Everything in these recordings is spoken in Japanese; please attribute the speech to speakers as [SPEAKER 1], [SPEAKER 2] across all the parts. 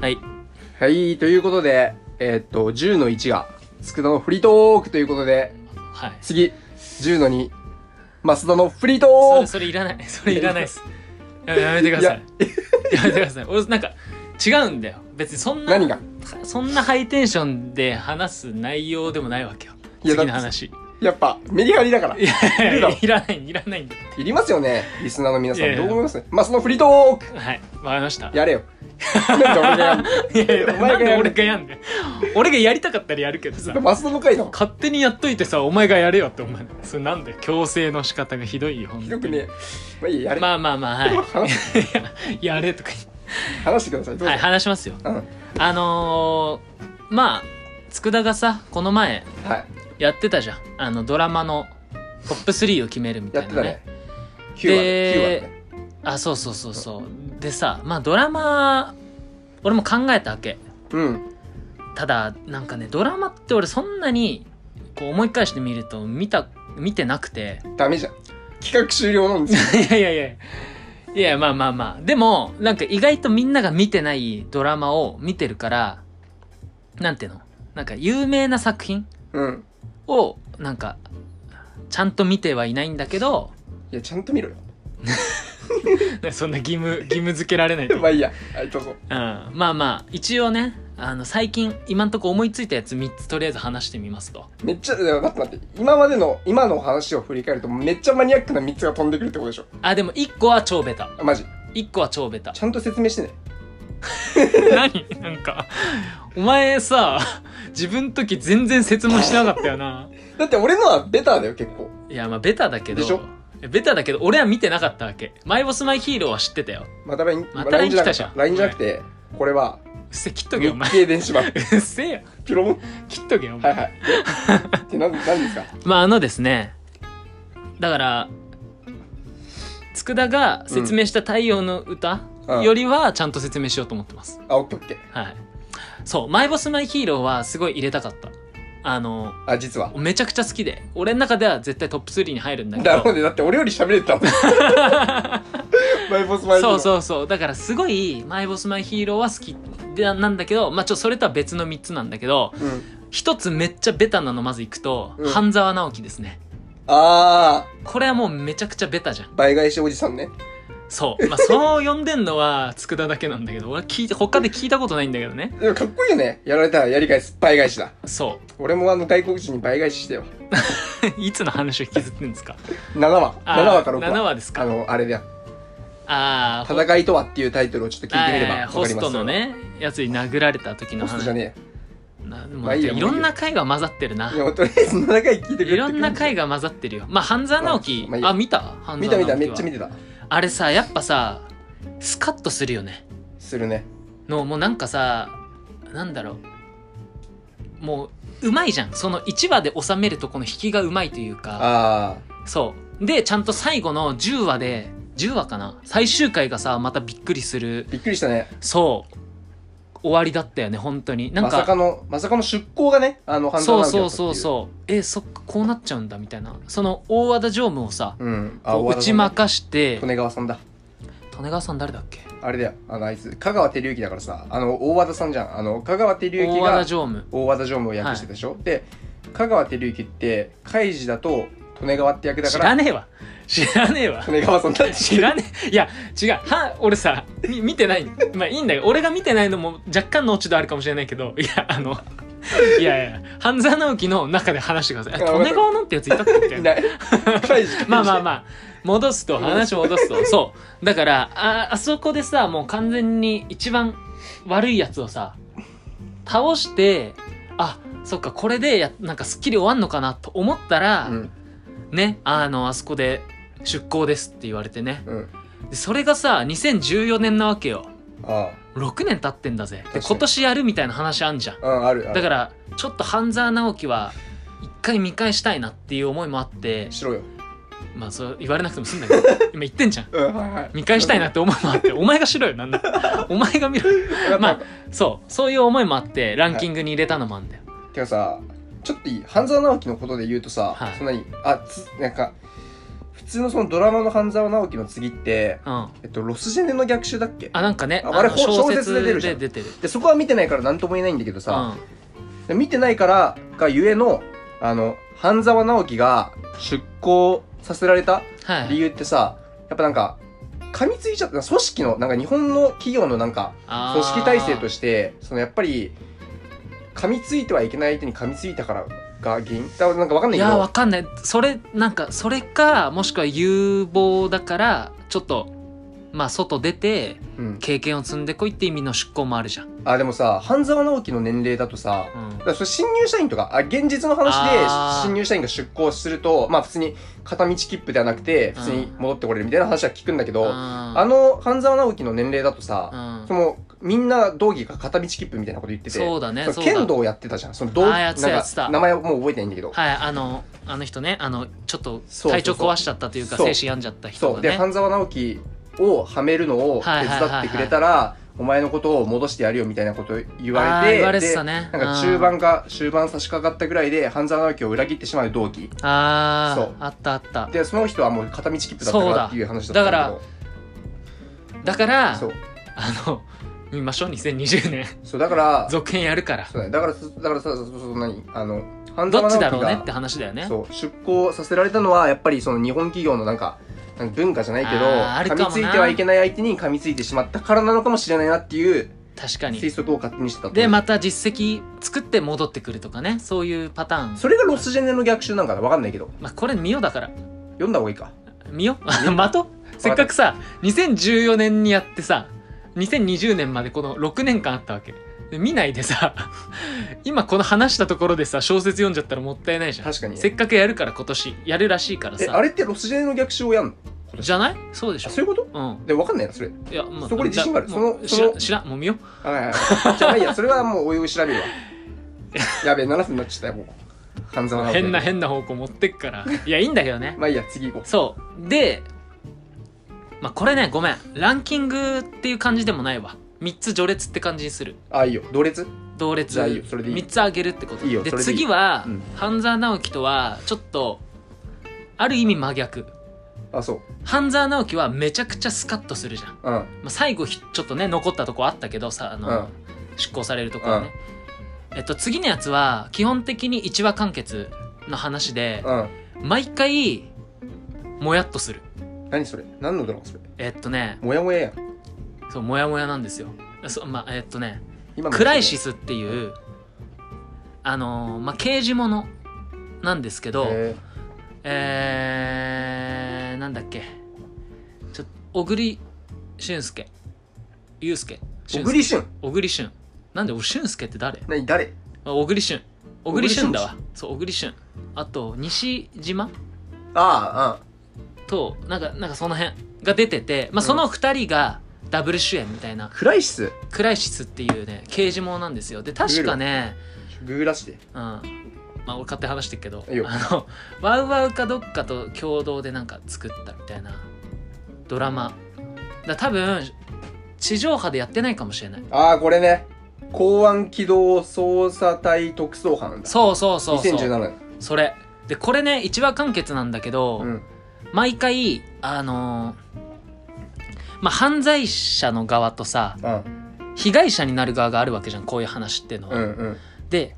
[SPEAKER 1] はい、ということで、えーっと、10の1が、佃のフリートークということで、
[SPEAKER 2] はい
[SPEAKER 1] 次、10の2、増田のフリート
[SPEAKER 2] そ
[SPEAKER 1] ー
[SPEAKER 2] れ
[SPEAKER 1] ク
[SPEAKER 2] それい らないそれいらないですややめてくださいやめてください俺なんか違うんだよ別にそんな
[SPEAKER 1] 何が
[SPEAKER 2] そんなハイテンションで話す内容でもないわけよ
[SPEAKER 1] いや
[SPEAKER 2] 次の話い
[SPEAKER 1] やっぱ、メリハリだから。い
[SPEAKER 2] や
[SPEAKER 1] いるだろ
[SPEAKER 2] いらないいらないんだ
[SPEAKER 1] りますよね、リスナーの皆さ
[SPEAKER 2] いや
[SPEAKER 1] ん。
[SPEAKER 2] い
[SPEAKER 1] ど
[SPEAKER 2] や
[SPEAKER 1] う思います増田のフリートー
[SPEAKER 2] はいわかりました
[SPEAKER 1] クやれよ。なんで俺がやんの
[SPEAKER 2] いやいや
[SPEAKER 1] お
[SPEAKER 2] な
[SPEAKER 1] 前
[SPEAKER 2] ん
[SPEAKER 1] が
[SPEAKER 2] で
[SPEAKER 1] やる
[SPEAKER 2] 俺がやんねん俺がやりたかったらやるけどさ
[SPEAKER 1] 増田の回だもん。
[SPEAKER 2] 勝手にやっといてさお前がやれよって思うそれなんで強制の仕方がひどいよほん
[SPEAKER 1] ひどくね。まあいいや、やれ。
[SPEAKER 2] まあまあまあはい
[SPEAKER 1] 話し
[SPEAKER 2] いややれとか言って
[SPEAKER 1] 話してください。どうぞ
[SPEAKER 2] はい、話しますよ。
[SPEAKER 1] うん。
[SPEAKER 2] あのー、まあ、佃がさ、この前
[SPEAKER 1] はい。
[SPEAKER 2] やってたじゃん。あの、ドラマのトップ3を決めるみた
[SPEAKER 1] や
[SPEAKER 2] い
[SPEAKER 1] っ
[SPEAKER 2] な
[SPEAKER 1] て
[SPEAKER 2] ね。
[SPEAKER 1] たね。9話
[SPEAKER 2] で
[SPEAKER 1] ね。9話ね。
[SPEAKER 2] あ、そうそうそうそう。でさ、まあドラマ、俺も考えたわけ。
[SPEAKER 1] うん。
[SPEAKER 2] ただ、なんかね、ドラマって俺そんなに、こう思い返してみると、見た、見てなくて。
[SPEAKER 1] ダメじゃん。企画終了なんです よ。
[SPEAKER 2] いやいやいやいや。いや、まあまあまあ。でも、なんか意外とみんなが見てないドラマを見てるから、なんていうのなんか有名な作品
[SPEAKER 1] うん。
[SPEAKER 2] をなんかちゃんと見てはいないんだけど
[SPEAKER 1] いや、ちゃんと見ろよ。
[SPEAKER 2] そんな義務義務付けられないと、
[SPEAKER 1] まあいいや。はい、どうぞ。
[SPEAKER 2] うん、まあまあ一応ねあの最近今んとこ思いついたやつ3つとりあえず話してみますと
[SPEAKER 1] めっちゃ、いや待って待って。今までの、今のお話を振り返ると、めっちゃマニアックな3つが飛んでくるってことでしょ。
[SPEAKER 2] あでも1個は超ベタ
[SPEAKER 1] あマジ。
[SPEAKER 2] 1個は超ベタ
[SPEAKER 1] ちゃんと説明してね。
[SPEAKER 2] 何なんかお前さ自分の時全然説明してなかったよな
[SPEAKER 1] だって俺のはベターだよ、結構。
[SPEAKER 2] いやまあベタだけど
[SPEAKER 1] でしょ
[SPEAKER 2] ベタだけど俺は見てなかったわけマイボスマイヒーローは知ってたよ
[SPEAKER 1] また LINE、
[SPEAKER 2] また
[SPEAKER 1] LINE じゃな
[SPEAKER 2] LINE 来た
[SPEAKER 1] く
[SPEAKER 2] じ
[SPEAKER 1] て
[SPEAKER 2] ゃ、ん
[SPEAKER 1] LINE じゃなくて、これは、
[SPEAKER 2] うっせ切っとけ
[SPEAKER 1] 日
[SPEAKER 2] よお前
[SPEAKER 1] 経電子版。
[SPEAKER 2] うっせえよ
[SPEAKER 1] ピロン。
[SPEAKER 2] 切っとけよお前
[SPEAKER 1] はいはい。で ってなん、なんですか
[SPEAKER 2] まああのですねだから佃が説明した「太陽の歌
[SPEAKER 1] うん」
[SPEAKER 2] よりはちゃんと説明しようと思ってます、
[SPEAKER 1] あ、オッケーオッケー。
[SPEAKER 2] はいそう「マイボスマイヒーロー」はすごい入れたかったあの
[SPEAKER 1] あ、実は。
[SPEAKER 2] めちゃくちゃ好きで俺の中では絶対トップ3に入るんだけ
[SPEAKER 1] なるほ
[SPEAKER 2] ど
[SPEAKER 1] どね。だって俺より喋れてたもん。マイボスマイ
[SPEAKER 2] そう
[SPEAKER 1] う。
[SPEAKER 2] そうそうだからすごい「マイボスマイヒーロー」は好きでなんだけどまあちょっとそれとは別の3つなんだけど
[SPEAKER 1] うん。
[SPEAKER 2] 一つめっちゃベタなのまずいくと、
[SPEAKER 1] うん
[SPEAKER 2] 半沢直樹ですね
[SPEAKER 1] あ
[SPEAKER 2] これはもうめちゃくちゃベタじゃん
[SPEAKER 1] ー、倍返しおじさんね。
[SPEAKER 2] そう。まあ、そう呼んでんのは、佃だけなんだけど、俺聞いて、他で聞いたことないんだけどね。
[SPEAKER 1] でもかっこいいよね。やられたらやり返す。倍返しだ。
[SPEAKER 2] そ
[SPEAKER 1] 俺もあの外国人に倍返ししてよ。
[SPEAKER 2] う。 いつの話を引きずってんですか
[SPEAKER 1] 7話。
[SPEAKER 2] あー
[SPEAKER 1] 7話か6話。
[SPEAKER 2] 7話ですか
[SPEAKER 1] あの、あれだよ。
[SPEAKER 2] ああ、ほ
[SPEAKER 1] 戦いとはっていうタイトルをちょっと聞いてみれば
[SPEAKER 2] あー
[SPEAKER 1] わか
[SPEAKER 2] ホ
[SPEAKER 1] り
[SPEAKER 2] ス
[SPEAKER 1] ます。
[SPEAKER 2] トの。ね、やつに殴られた時の
[SPEAKER 1] ホストじ
[SPEAKER 2] 話。
[SPEAKER 1] ゃね
[SPEAKER 2] なもう
[SPEAKER 1] まあいいや
[SPEAKER 2] いろんな回が混ざってるな
[SPEAKER 1] え。よ。いや、とりあえず7回聞いてくれて
[SPEAKER 2] いろんな回が混ざってるよ。まあ、半沢直樹、
[SPEAKER 1] まあまあいいや
[SPEAKER 2] あ、見た半
[SPEAKER 1] 見た
[SPEAKER 2] 沢直樹
[SPEAKER 1] 見た、
[SPEAKER 2] は
[SPEAKER 1] めっちゃ見てた。
[SPEAKER 2] あれさ、やっぱさ、スカッとするよね。
[SPEAKER 1] するね。
[SPEAKER 2] の、もうなんかさ、なんだろう。もう、うまいじゃん。その1話で収めるとこの引きがうまいというか。
[SPEAKER 1] あ
[SPEAKER 2] そう。で、ちゃんと最後の10話で、10話かな最終回がさ、またびっくりする
[SPEAKER 1] ー、。びっくりしたね。
[SPEAKER 2] そう。終わりだったよね、本当に。なん
[SPEAKER 1] まさか
[SPEAKER 2] か、
[SPEAKER 1] の、まさかの出向がね、あの、半
[SPEAKER 2] そ
[SPEAKER 1] 沢
[SPEAKER 2] う
[SPEAKER 1] 直樹
[SPEAKER 2] そうそう
[SPEAKER 1] だったってい
[SPEAKER 2] そう。え、そっか、こうなっちゃうんだ、みたいな。その、大和田常務をさ、
[SPEAKER 1] う。うん。
[SPEAKER 2] こう打ち
[SPEAKER 1] ま
[SPEAKER 2] 負かして、
[SPEAKER 1] 利根川さんだ。
[SPEAKER 2] 利根川さん誰だっけ
[SPEAKER 1] あれだよ。あの、あいつ、香川照之だからさ、あの、大和田さんじゃん。あの、香川照
[SPEAKER 2] 大
[SPEAKER 1] 之
[SPEAKER 2] 和田
[SPEAKER 1] が
[SPEAKER 2] 常務。
[SPEAKER 1] 大和田常務を訳してたでしょ、で、香川照之って、海事だと、利根川って役だ
[SPEAKER 2] 知
[SPEAKER 1] からら、
[SPEAKER 2] ねえわ。知らねえわ
[SPEAKER 1] 利。根川さんだって
[SPEAKER 2] 知らねえ。いや、違う。は、俺さ、み見てない。まあいいんだけど、俺が見てないのも若干の落ち度あるかもしれないけど、いや、あの、いやいや、半沢直樹の中で話してください。
[SPEAKER 1] あ
[SPEAKER 2] え利根川なんてやついたっけみたいな。
[SPEAKER 1] い ない。海事。
[SPEAKER 2] まあまあまあ、戻すと、話戻すと。そう。だから、あ、あそこでさ、もう完全に一番悪いやつをさ、倒して、あ、そっか、これでや、なんかスッキリ終わんのかなと思ったら、
[SPEAKER 1] うん。
[SPEAKER 2] ね、あの、あそこで出向ですって言われてね。
[SPEAKER 1] うん。
[SPEAKER 2] でそれがさ2014年なわけよ
[SPEAKER 1] あ
[SPEAKER 2] 6年経ってんだぜ
[SPEAKER 1] 確か
[SPEAKER 2] で
[SPEAKER 1] に
[SPEAKER 2] 今年やるみたいな話あんじゃん
[SPEAKER 1] あ。うん、ある。ある
[SPEAKER 2] だからちょっと半沢直樹は一回見返したいなっていう思いもあって
[SPEAKER 1] しろよ。
[SPEAKER 2] まあそう言われなくても済んだ けど今言ってんじゃん
[SPEAKER 1] うん、はいはい。
[SPEAKER 2] 見返したいなって思いもあ ってお前がしろよなんだお前が見ろよまあそうそういう思いもあってランキングに入れたのもあんだよ、
[SPEAKER 1] てかさ、ちょっといい半沢直樹のことで言うとさ、
[SPEAKER 2] はい
[SPEAKER 1] そんなに、あ、つ、なんか、普普通のそのドラマの半沢直樹の次って、
[SPEAKER 2] うん。あ、
[SPEAKER 1] えっと、ロスジェネの逆襲だっけ
[SPEAKER 2] なんかね、
[SPEAKER 1] ああれ
[SPEAKER 2] の
[SPEAKER 1] ほ小説で出るじゃ
[SPEAKER 2] で
[SPEAKER 1] ん
[SPEAKER 2] 出てる。
[SPEAKER 1] でそこは見てないから何とも言えないんだけど
[SPEAKER 2] う
[SPEAKER 1] さ、
[SPEAKER 2] ん。
[SPEAKER 1] で見てないからがゆえのあの半沢直樹が出向させられた
[SPEAKER 2] は
[SPEAKER 1] 理
[SPEAKER 2] い。
[SPEAKER 1] 由ってさやっぱなんか噛みついちゃった組織のなんか日本の企業のなんか組織体制と
[SPEAKER 2] して。
[SPEAKER 1] してそのやっぱり噛みついてはいけない相手に噛みついたからが原因だからなんかわかんないいけ
[SPEAKER 2] や、わ
[SPEAKER 1] ど
[SPEAKER 2] かんない。それ、なんか、それか、もしくは有望だから、ちょっと、まあ、外出て、
[SPEAKER 1] うん、
[SPEAKER 2] 経験を積んでこいって意味の出向もあるじゃん。
[SPEAKER 1] あでもさ半沢直樹の年齢だとさ
[SPEAKER 2] うん
[SPEAKER 1] だ。からそれ新入社員とかあ現実の話で
[SPEAKER 2] あー
[SPEAKER 1] 新入社員が出向するとまあ普通に片道切符ではなくて普通に戻ってこれるみたいな話は聞くんだけど、あ
[SPEAKER 2] あ
[SPEAKER 1] の半沢直樹の年齢だとさ、
[SPEAKER 2] の
[SPEAKER 1] そのみんな道義が片道切符みたいなこと言ってて
[SPEAKER 2] そうだね、
[SPEAKER 1] その
[SPEAKER 2] そうだ
[SPEAKER 1] 剣道やってたじゃんその道
[SPEAKER 2] あーやってた
[SPEAKER 1] なん
[SPEAKER 2] や
[SPEAKER 1] か
[SPEAKER 2] ってた
[SPEAKER 1] 名前はもう覚えてないんだけど、
[SPEAKER 2] はい、あの、あの人ね、あの、ちょっと
[SPEAKER 1] そうそうそう
[SPEAKER 2] 体調壊しちゃったというか、
[SPEAKER 1] そう
[SPEAKER 2] 精神病んじゃった人
[SPEAKER 1] そう
[SPEAKER 2] が
[SPEAKER 1] で
[SPEAKER 2] ね。
[SPEAKER 1] 半沢直樹をはめるのを手
[SPEAKER 2] はいはいはい
[SPEAKER 1] 伝
[SPEAKER 2] は
[SPEAKER 1] っ
[SPEAKER 2] い
[SPEAKER 1] てくれたら、お前のことを戻してやるよみたいなこと言われ
[SPEAKER 2] あ
[SPEAKER 1] て
[SPEAKER 2] ー言われて
[SPEAKER 1] で
[SPEAKER 2] たね。
[SPEAKER 1] なんか中盤か終盤差し掛かったぐらいで半沢直樹を裏切ってしまう同期
[SPEAKER 2] あー
[SPEAKER 1] そう
[SPEAKER 2] あったあった
[SPEAKER 1] でその人はもう片道切符だったからっていう話だったんだ
[SPEAKER 2] だか
[SPEAKER 1] けど
[SPEAKER 2] ら
[SPEAKER 1] そう
[SPEAKER 2] あの見ましょう2020年
[SPEAKER 1] そうだから
[SPEAKER 2] 続編やるから
[SPEAKER 1] そうだねだからだからさそそそ何あの半
[SPEAKER 2] ど
[SPEAKER 1] 沢
[SPEAKER 2] っちだろ
[SPEAKER 1] 直樹
[SPEAKER 2] うね
[SPEAKER 1] が
[SPEAKER 2] って話だよね
[SPEAKER 1] そう出向させられたのはやっぱりその日本企業のなんかなんか文化じゃないけど
[SPEAKER 2] あーあるかもな
[SPEAKER 1] 噛みついてはいけない相手に噛みついてしまったからなのかもしれないなっていう
[SPEAKER 2] 確か
[SPEAKER 1] 推
[SPEAKER 2] に
[SPEAKER 1] 測を勝手にしてたと
[SPEAKER 2] でまた実績作って戻ってくるとかねそういうパターン
[SPEAKER 1] それがロスジェネの逆襲なんかなわかんないけど
[SPEAKER 2] まあこれ見ようだから
[SPEAKER 1] 読んだ方がいいか
[SPEAKER 2] 見よう まとせっかくさ2014年にやってさ2020年までこの6年間あったわけで見ないでさ 今この話したところでさ小説読んじゃったらもったいないじゃん
[SPEAKER 1] 確かに
[SPEAKER 2] せっかくやるから今年やるらしいから
[SPEAKER 1] え
[SPEAKER 2] さ
[SPEAKER 1] あれってロスジェネの逆襲をやんの
[SPEAKER 2] じゃないそうでし
[SPEAKER 1] あ
[SPEAKER 2] ょ
[SPEAKER 1] そういうこと
[SPEAKER 2] うん
[SPEAKER 1] でわかんないなそれ
[SPEAKER 2] いや、まあ、
[SPEAKER 1] そこに自信がある
[SPEAKER 2] だもう
[SPEAKER 1] そ
[SPEAKER 2] 知ら
[SPEAKER 1] のそ
[SPEAKER 2] ん
[SPEAKER 1] の
[SPEAKER 2] 知らんもう見よう
[SPEAKER 1] はいはいはいじゃあまあいいやそれはもうおいおい調べ るわやべえ7分になっちゃったよもう半沢直樹
[SPEAKER 2] 変な変な方向持ってくからいやいいんだけどね
[SPEAKER 1] まあいいや次行こ
[SPEAKER 2] そうで、まあ、これねごめんランキングっていう感じでもないわ3つ序列って感じにする
[SPEAKER 1] うああいいよ同列
[SPEAKER 2] 同列
[SPEAKER 1] じゃあいいよそれでいい
[SPEAKER 2] 3つ上げるってこと
[SPEAKER 1] いいよ
[SPEAKER 2] で
[SPEAKER 1] それでいい
[SPEAKER 2] 次は、
[SPEAKER 1] うん
[SPEAKER 2] 半沢直樹とはちょっとある意味真逆
[SPEAKER 1] あそう
[SPEAKER 2] 半沢直樹はめちゃくちゃスカッとするじゃん、ま
[SPEAKER 1] うん
[SPEAKER 2] あ、最後ひちょっとね残ったとこあったけどさあの、
[SPEAKER 1] うん
[SPEAKER 2] 執行されるところね、えっと次のやつは基本的に1話完結の話で、
[SPEAKER 1] うん
[SPEAKER 2] 毎回もやっとする
[SPEAKER 1] 何それ何のドラマそれ
[SPEAKER 2] えっとね
[SPEAKER 1] もやもややん
[SPEAKER 2] そうモヤモヤなんですよそうまあえっとね
[SPEAKER 1] 今の
[SPEAKER 2] クライシスっていうあのーまあ刑事ものなんですけど
[SPEAKER 1] へ
[SPEAKER 2] えー、なんだっけちょっと小栗旬介祐介
[SPEAKER 1] え
[SPEAKER 2] 俊介
[SPEAKER 1] 小栗旬
[SPEAKER 2] 小栗旬なんで俺俊介って誰
[SPEAKER 1] 何誰
[SPEAKER 2] あ小栗旬小栗旬だ
[SPEAKER 1] 小
[SPEAKER 2] わそう小栗旬あと西島
[SPEAKER 1] あ
[SPEAKER 2] となんかなんかその辺が出てて、まあ、その2人がダブル主演みたいな
[SPEAKER 1] あ、うん、クライシス
[SPEAKER 2] クライシスっていうね刑事ものなんですよで確かね
[SPEAKER 1] グーらして
[SPEAKER 2] うんまあ俺勝手に話してるけど
[SPEAKER 1] いいよ
[SPEAKER 2] あの ワウワウかどっかと共同でなんか作ったみたいなドラマだ多分地上波でやってないかもしれない
[SPEAKER 1] ああこれね公安機動捜査隊特捜班だ
[SPEAKER 2] そうそうそうそう
[SPEAKER 1] 2017年
[SPEAKER 2] それでこれね一話完結なんだけど、
[SPEAKER 1] うん
[SPEAKER 2] 毎回あのーまあ犯罪者の側とさ、
[SPEAKER 1] うん
[SPEAKER 2] 被害者になる側があるわけじゃんこういう話っていうの
[SPEAKER 1] う
[SPEAKER 2] は。
[SPEAKER 1] んうん
[SPEAKER 2] で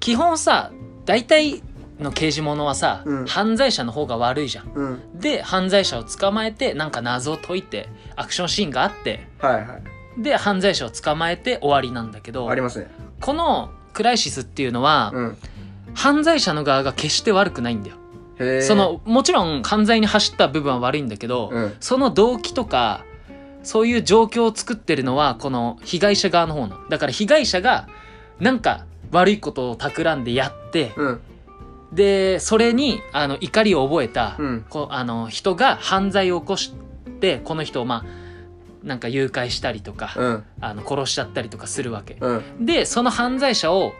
[SPEAKER 2] 基本さ大体の刑事ものはさ、
[SPEAKER 1] うん
[SPEAKER 2] 犯罪者の方が悪いじゃん。
[SPEAKER 1] うん
[SPEAKER 2] で犯罪者を捕まえてなんか謎を解いてアクションシーンがあって
[SPEAKER 1] はいはい
[SPEAKER 2] で犯罪者を捕まえて終わりなんだけど
[SPEAKER 1] ありますね
[SPEAKER 2] このクライシスっていうのは、
[SPEAKER 1] うん
[SPEAKER 2] 犯罪者の側が決して悪くないんだよ。
[SPEAKER 1] へえ
[SPEAKER 2] そのもちろん犯罪に走った部分は悪いんだけど、
[SPEAKER 1] うん
[SPEAKER 2] その動機とかそういう状況を作ってるのはこの被害者側の方のだから被害者がなんか悪いことを企んでやって、
[SPEAKER 1] うん
[SPEAKER 2] でそれにあの怒りを覚えた、
[SPEAKER 1] うん
[SPEAKER 2] こうあの人が犯罪を起こしてこの人をまあなんか誘拐したりとか、
[SPEAKER 1] うん
[SPEAKER 2] あの殺しちゃったりとかするわけ、
[SPEAKER 1] うん
[SPEAKER 2] でその犯罪者を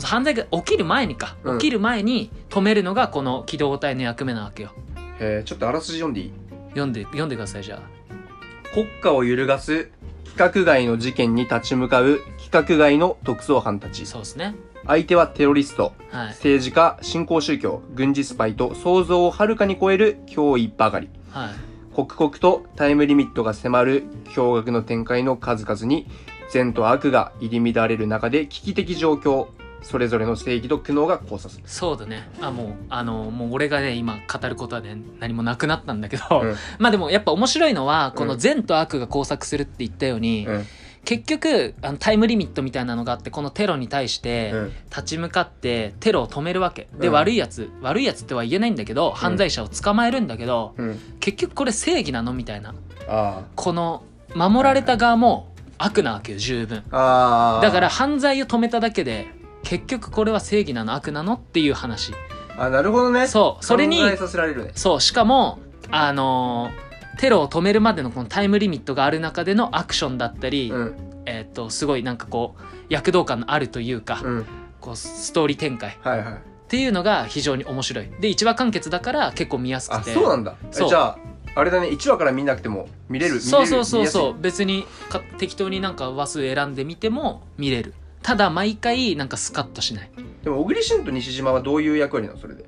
[SPEAKER 2] 犯罪が起きる前にか、
[SPEAKER 1] うん
[SPEAKER 2] 起きる前に止めるのがこの機動隊の役目なわけよ
[SPEAKER 1] へえちょっとあらすじ読んでいい
[SPEAKER 2] 読んで読んでくださいじゃあ
[SPEAKER 1] 国家を揺るがす規格外の事件に立ち向かう規格外の特捜班たち
[SPEAKER 2] そうですね
[SPEAKER 1] 相手はテロリスト、
[SPEAKER 2] はい。
[SPEAKER 1] 政治家、新興宗教、軍事スパイと想像をはるかに超える脅威ばかり。
[SPEAKER 2] はい。
[SPEAKER 1] 刻々とタイムリミットが迫る驚愕の展開の数々に、善と悪が入り乱れる中で危機的状況、それぞれの正義と苦悩が交差する。
[SPEAKER 2] そうだね。あ、もう、あの、もう俺がね、今語ることはね、何もなくなったんだけど、
[SPEAKER 1] うん
[SPEAKER 2] まあでもやっぱ面白いのは、こ
[SPEAKER 1] う
[SPEAKER 2] の
[SPEAKER 1] ん
[SPEAKER 2] 善と悪が交錯するって言ったように、
[SPEAKER 1] うん
[SPEAKER 2] 結局、あのタイムリミットみたいなのがあって、このテロに対して、
[SPEAKER 1] うん
[SPEAKER 2] 立ち向かってテロを止めるわけで、
[SPEAKER 1] うん
[SPEAKER 2] 悪いやつ悪いやつっては言えないんだけど犯罪者を捕まえるんだけど、
[SPEAKER 1] うん。
[SPEAKER 2] 結局これ正義なのみたいな
[SPEAKER 1] あ
[SPEAKER 2] この守られた側も悪なわけよ十分
[SPEAKER 1] あ。ああ。
[SPEAKER 2] だから、犯罪を止めただけで結局これは正義なの悪なのっていう話
[SPEAKER 1] あ、なるほどね。
[SPEAKER 2] そうそれに
[SPEAKER 1] 考えさせられるね。
[SPEAKER 2] そうしかもあのーテロを止めるまでのこのタイムリミットがある中でのアクションだったり、
[SPEAKER 1] うん。
[SPEAKER 2] えーっとすごいなんかこう躍動感のあるというか、
[SPEAKER 1] うん。
[SPEAKER 2] こうストーリー展開
[SPEAKER 1] はいはい。
[SPEAKER 2] っていうのが非常に面白いで一話完結だから結構見やす
[SPEAKER 1] あ、
[SPEAKER 2] くて
[SPEAKER 1] そうなんだ。え
[SPEAKER 2] そう
[SPEAKER 1] じゃあ、あれだね、1話から見なくても見れる。
[SPEAKER 2] そうそうそうそう
[SPEAKER 1] う。
[SPEAKER 2] 別にか適当になんか話数選んでみても見れるただ毎回なんかスカッとしない
[SPEAKER 1] でも、小栗旬と西島はどういう役割なのそれで。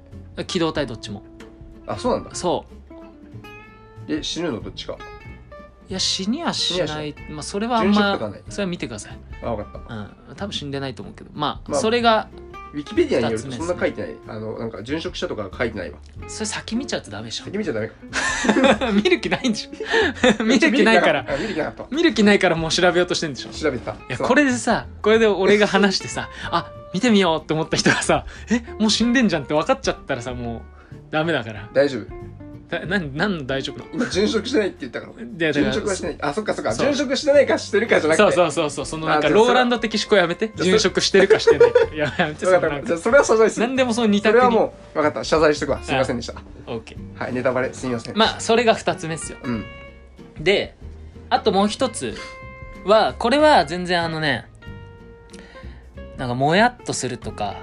[SPEAKER 2] 機動隊どっちも
[SPEAKER 1] あ、そうなんだ。
[SPEAKER 2] そ
[SPEAKER 1] え、死ぬのどっちか。
[SPEAKER 2] ういや死にはし
[SPEAKER 1] 死にはしな
[SPEAKER 2] ないまあそれはあん
[SPEAKER 1] 殉職
[SPEAKER 2] ま
[SPEAKER 1] とかない
[SPEAKER 2] それは見てください
[SPEAKER 1] あ、わかった。
[SPEAKER 2] うん多分死んでないと思うけどまあ、
[SPEAKER 1] まあ
[SPEAKER 2] それが
[SPEAKER 1] ウィキペディアによると
[SPEAKER 2] 二つ
[SPEAKER 1] そ
[SPEAKER 2] 目
[SPEAKER 1] んな書いてない。あの、なんか、殉職者とか書いてないわ。
[SPEAKER 2] それ先見ちゃうとダメでしょ
[SPEAKER 1] 先見ちゃダメか。
[SPEAKER 2] 見る気ないんでしょ 見る気ないから。
[SPEAKER 1] あ見る気なかっ
[SPEAKER 2] 見る気ないからもう調べようとしてんでしょ
[SPEAKER 1] た。調べてた。い
[SPEAKER 2] いやこれでさこれで俺が話してさあ見てみようって思った人がさえもう死んでんじゃんって分かっちゃったらさもうダメだから
[SPEAKER 1] 大丈夫。
[SPEAKER 2] だなんなんの大丈夫なの
[SPEAKER 1] 今、殉職してないって言ったから。
[SPEAKER 2] いやだから
[SPEAKER 1] 殉職はしてない。あ、そっかそっか。
[SPEAKER 2] そう
[SPEAKER 1] 殉職してないかしてるかじゃなくて。
[SPEAKER 2] そうそうそうそうそのなんか
[SPEAKER 1] あじゃあ
[SPEAKER 2] ロ
[SPEAKER 1] それ
[SPEAKER 2] ーランド的思考やめて
[SPEAKER 1] じゃあそれ
[SPEAKER 2] 殉職してるかしてないかいややめてそ
[SPEAKER 1] わ
[SPEAKER 2] の
[SPEAKER 1] かっ
[SPEAKER 2] な
[SPEAKER 1] た。
[SPEAKER 2] ん
[SPEAKER 1] じゃ
[SPEAKER 2] か
[SPEAKER 1] あそれは謝罪する
[SPEAKER 2] 何。でもその二
[SPEAKER 1] そ
[SPEAKER 2] 択
[SPEAKER 1] れ
[SPEAKER 2] に
[SPEAKER 1] はもう、わかった。謝罪しとくわ。すいませんでした。
[SPEAKER 2] オッケー
[SPEAKER 1] はい、ネタバレ、すみません。
[SPEAKER 2] まあそれが二つ目っすよ
[SPEAKER 1] うん。
[SPEAKER 2] であともう一つはこれは全然あのねなんかもやっとするとか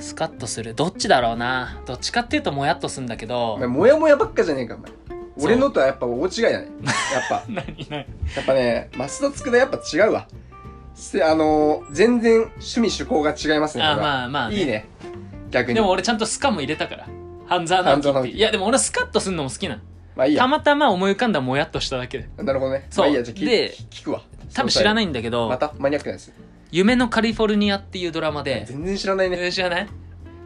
[SPEAKER 2] スカッとするどっちだろうなどっちかっていうともやっとするんだけど
[SPEAKER 1] お前もやもやばっかじゃねえか、お前。
[SPEAKER 2] そう、
[SPEAKER 1] 俺のとはやっぱ大違いだね。やっぱ
[SPEAKER 2] 何何
[SPEAKER 1] やっぱね、増田つくだやっぱ違うわ。せあのー、全然趣味趣向が違いますね。
[SPEAKER 2] あ
[SPEAKER 1] これは
[SPEAKER 2] まあまあ、ね、
[SPEAKER 1] いいね。逆に。
[SPEAKER 2] でも俺ちゃんとスカも入れたから半沢直樹
[SPEAKER 1] 半沢
[SPEAKER 2] っ
[SPEAKER 1] 直
[SPEAKER 2] て
[SPEAKER 1] 樹
[SPEAKER 2] いやでも俺スカッとすんのも好きなの
[SPEAKER 1] まあいい
[SPEAKER 2] た
[SPEAKER 1] や。
[SPEAKER 2] またま思い浮かんだもやっとしただけで
[SPEAKER 1] なるほどね。
[SPEAKER 2] そう
[SPEAKER 1] まあいいや、じゃあ聞
[SPEAKER 2] で
[SPEAKER 1] 聞聞くわ。。
[SPEAKER 2] 多分知らないいんだけど、
[SPEAKER 1] またマニアックなやつ。
[SPEAKER 2] 夢のカリフォルニアっていうドラマで、
[SPEAKER 1] 全然知らないね。
[SPEAKER 2] えー知らない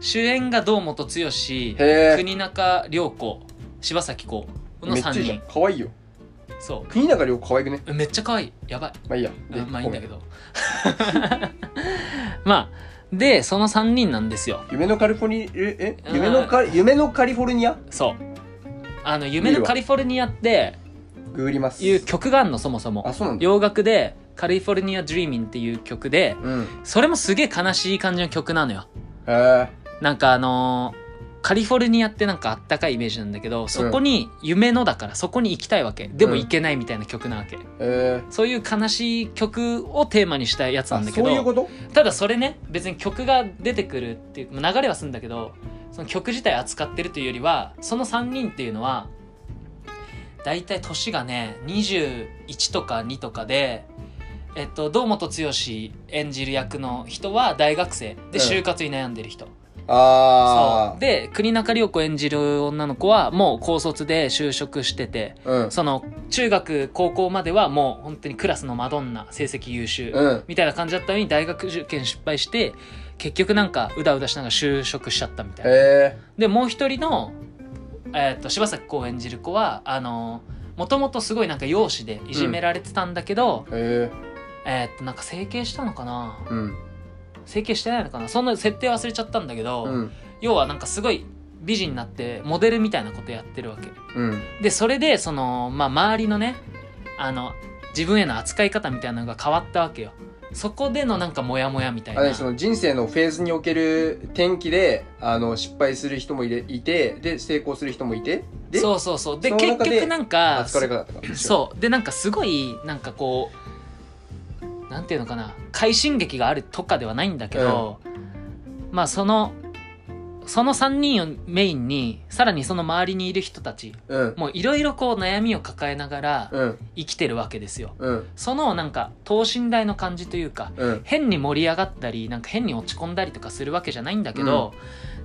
[SPEAKER 2] 主演が堂本剛
[SPEAKER 1] へー
[SPEAKER 2] 国中涼子柴咲コウの
[SPEAKER 1] めっちゃい
[SPEAKER 2] 3
[SPEAKER 1] いじゃん。
[SPEAKER 2] 人
[SPEAKER 1] 可愛いよ。
[SPEAKER 2] そ
[SPEAKER 1] 国永涼可愛くね。
[SPEAKER 2] うめっちゃ可愛いやばい
[SPEAKER 1] まあいいや。で
[SPEAKER 2] あまあいいんだけ
[SPEAKER 1] ご
[SPEAKER 2] ど まあでその3人なんですよ
[SPEAKER 1] めん夢のカリフォルニえ、え
[SPEAKER 2] うん
[SPEAKER 1] 夢のカリ、夢のカリフォルニア
[SPEAKER 2] そうあの夢のカリフォルニアって
[SPEAKER 1] ググります。
[SPEAKER 2] いう曲があんのそもそも
[SPEAKER 1] あ、そうなんだ。
[SPEAKER 2] 洋楽で「カリフォルニア・ドリーミン」っていう曲で
[SPEAKER 1] うん。へ
[SPEAKER 2] それもすげえ悲しい感じの曲なのよ
[SPEAKER 1] え。
[SPEAKER 2] なんかあのーカリフォルニアってなんかあったかいイメージなんだけどそこに夢のだからそこに行きたいわけでも行けないみたいな曲なわけ、
[SPEAKER 1] えー
[SPEAKER 2] そういう悲しい曲をテーマにしたやつな
[SPEAKER 1] あ
[SPEAKER 2] んだけ
[SPEAKER 1] そうい
[SPEAKER 2] ど
[SPEAKER 1] うこと
[SPEAKER 2] ただそれね別に曲が出てくるっていうまあ流れはするんだけどその曲自体扱ってるというよりはその3人っていうのは大体年がね21とか2とかで、えっと、堂本剛演じる役の人は大学生
[SPEAKER 1] うん
[SPEAKER 2] で就活に悩んでる人、
[SPEAKER 1] あ
[SPEAKER 2] そう
[SPEAKER 1] あ。
[SPEAKER 2] で国中涼子演じる女の子はもう高卒で就職してて
[SPEAKER 1] うん。
[SPEAKER 2] その中学高校まではもう本当にクラスのマドンナ成績優秀、
[SPEAKER 1] うん。
[SPEAKER 2] みたいな感じだったのに大学受験失敗して結局なんかうだうだしながら就職しちゃったみたいな。
[SPEAKER 1] へえ。
[SPEAKER 2] でもう一人の、えーっと柴咲コウ演じる子はあのもともとすごいなんか容姿でいじめられてたんだけど、
[SPEAKER 1] へえ。
[SPEAKER 2] えーっとなんか整形したのかな
[SPEAKER 1] うん。
[SPEAKER 2] 整形してないのかなそんな設定忘れちゃったんだけど、
[SPEAKER 1] うん。
[SPEAKER 2] 要はなんかすごい美人になってモデルみたいなことやってるわけ
[SPEAKER 1] うん。
[SPEAKER 2] でそれでその、まあ、周りのねあの自分への扱い方みたいなのが変わったわけよそこでのなんかモヤモヤみたい
[SPEAKER 1] あ
[SPEAKER 2] な
[SPEAKER 1] れその人生のフェーズにおける転機で、あの、失敗する人もいれいて、で、成功する人もいて、で、
[SPEAKER 2] そうそうそうで
[SPEAKER 1] その
[SPEAKER 2] 結
[SPEAKER 1] 中で
[SPEAKER 2] 局なんか
[SPEAKER 1] 扱われ方とか。
[SPEAKER 2] そうでなんかすごいなんかこうなんていうのかな快進撃があるとかではないんだけど、まあそのその3人をメインにさらにその周りにいる人たち
[SPEAKER 1] うん
[SPEAKER 2] もういろいろこう悩みを抱えながら
[SPEAKER 1] うん
[SPEAKER 2] 生きてるわけですよ
[SPEAKER 1] うん
[SPEAKER 2] そのなんか等身大の感じというか
[SPEAKER 1] うん
[SPEAKER 2] 変に盛り上がったりなんか変に落ち込んだりとかするわけじゃないんだけど、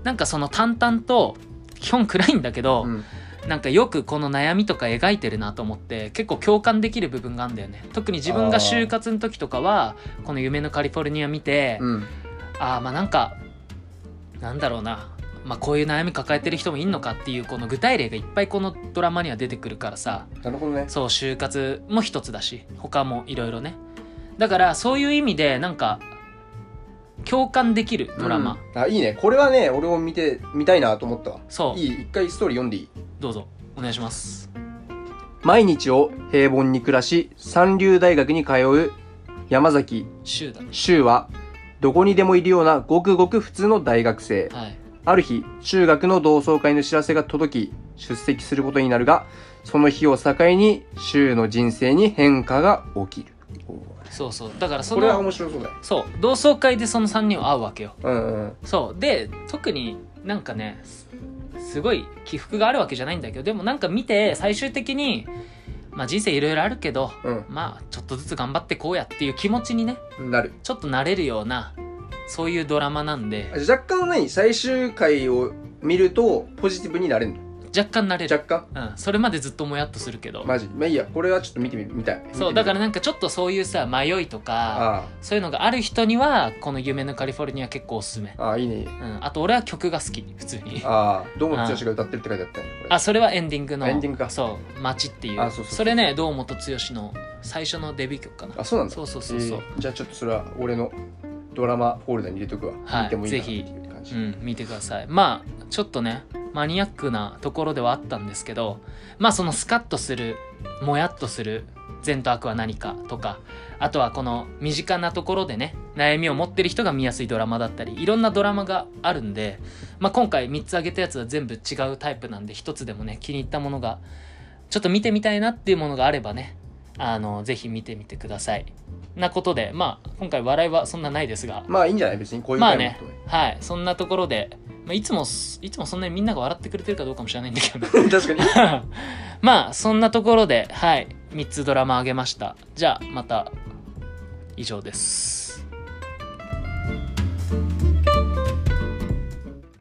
[SPEAKER 2] なんかその淡々と基本暗いんだけど、
[SPEAKER 1] うん
[SPEAKER 2] なんかよくこの悩みとか描いてるなと思って結構共感できる部分があるんだよね特に自分が就活の時とかはこの「夢のカリフォルニア」見て、
[SPEAKER 1] うん
[SPEAKER 2] ああまあなんかなんだろうな、まあ、こういう悩み抱えてる人もいんのかっていうこの具体例がいっぱいこのドラマには出てくるからさ
[SPEAKER 1] なるほどね
[SPEAKER 2] そう就活も一つだし他もいろいろねだからそういう意味でなんか共感できるドラマ、
[SPEAKER 1] うんあいいねこれはね俺も見て見たいなと思ったわ
[SPEAKER 2] そう
[SPEAKER 1] いい一回ストーリー読んでいい
[SPEAKER 2] どうぞお願いします
[SPEAKER 1] 毎日を平凡に暮らし三流大学に通う山崎
[SPEAKER 2] 柊だね
[SPEAKER 1] 柊はどこにでもいるようなごくごく普通の大学生
[SPEAKER 2] はい
[SPEAKER 1] ある日中学の同窓会の知らせが届き出席することになるがその日を境に柊の人生に変化が起きる
[SPEAKER 2] そうそうだからそ
[SPEAKER 1] これは
[SPEAKER 2] の
[SPEAKER 1] 面白そうだよ
[SPEAKER 2] そう同窓会でその3人は会うわけよ
[SPEAKER 1] うんうん
[SPEAKER 2] そうで特になんかねすすごい起伏があるわけじゃないんだけどでもなんか見て最終的にまあ人生いろいろあるけど
[SPEAKER 1] うん
[SPEAKER 2] まあちょっとずつ頑張ってこうやっていう気持ちにね
[SPEAKER 1] なる
[SPEAKER 2] ちょっと慣れるようなそういうドラマなんで
[SPEAKER 1] 若干何最終回を見るとポジティブになれるの
[SPEAKER 2] 若干慣れる、
[SPEAKER 1] 若干
[SPEAKER 2] うん、それまでずっともやっとするけど、
[SPEAKER 1] マジまあいいやこれはちょっと見てみ見たい
[SPEAKER 2] そうだかららなんかちょっとそういうさ迷いとか
[SPEAKER 1] あ
[SPEAKER 2] そういうのがある人にはこの「夢のカリフォルニア」結構おすすめ、
[SPEAKER 1] あああいいね
[SPEAKER 2] うん、あと俺は曲が好き普通に
[SPEAKER 1] ああ堂本剛が歌ってるって書いてあったよねこれ
[SPEAKER 2] あそれはエンディングの
[SPEAKER 1] エンディングか
[SPEAKER 2] そう「街」っていう
[SPEAKER 1] あそうそうそう
[SPEAKER 2] れね堂本剛の最初のデビュー曲かな
[SPEAKER 1] あそうなんだ
[SPEAKER 2] そうそうそうそう、
[SPEAKER 1] えーじゃあちょっとそれは俺のドラマフォルダに入れとくわ、
[SPEAKER 2] はい
[SPEAKER 1] 見てもいいかなって
[SPEAKER 2] ぜ
[SPEAKER 1] い
[SPEAKER 2] ひ
[SPEAKER 1] う感じ、
[SPEAKER 2] うん見てくださいまあちょっとねマニアックなところではあったんですけどまあそのスカッとするもやっとする善と悪は何かとかあとはこの身近なところでね悩みを持ってる人が見やすいドラマだったりいろんなドラマがあるんで、まあ、今回3つ挙げたやつは全部違うタイプなんで1つでもね気に入ったものがちょっと見てみたいなっていうものがあればねあのぜひ見てみてください。なことでまあ今回笑いはそんなないですが
[SPEAKER 1] まあいいんじゃない別にこういう
[SPEAKER 2] まあ
[SPEAKER 1] 回も
[SPEAKER 2] ね
[SPEAKER 1] とね、
[SPEAKER 2] はいそんなところで、まあ、いつもいつもそんなにみんなが笑ってくれてるかどうかも知らないんだけど
[SPEAKER 1] 確かに
[SPEAKER 2] まあそんなところではい3つドラマあげましたじゃあまた以上です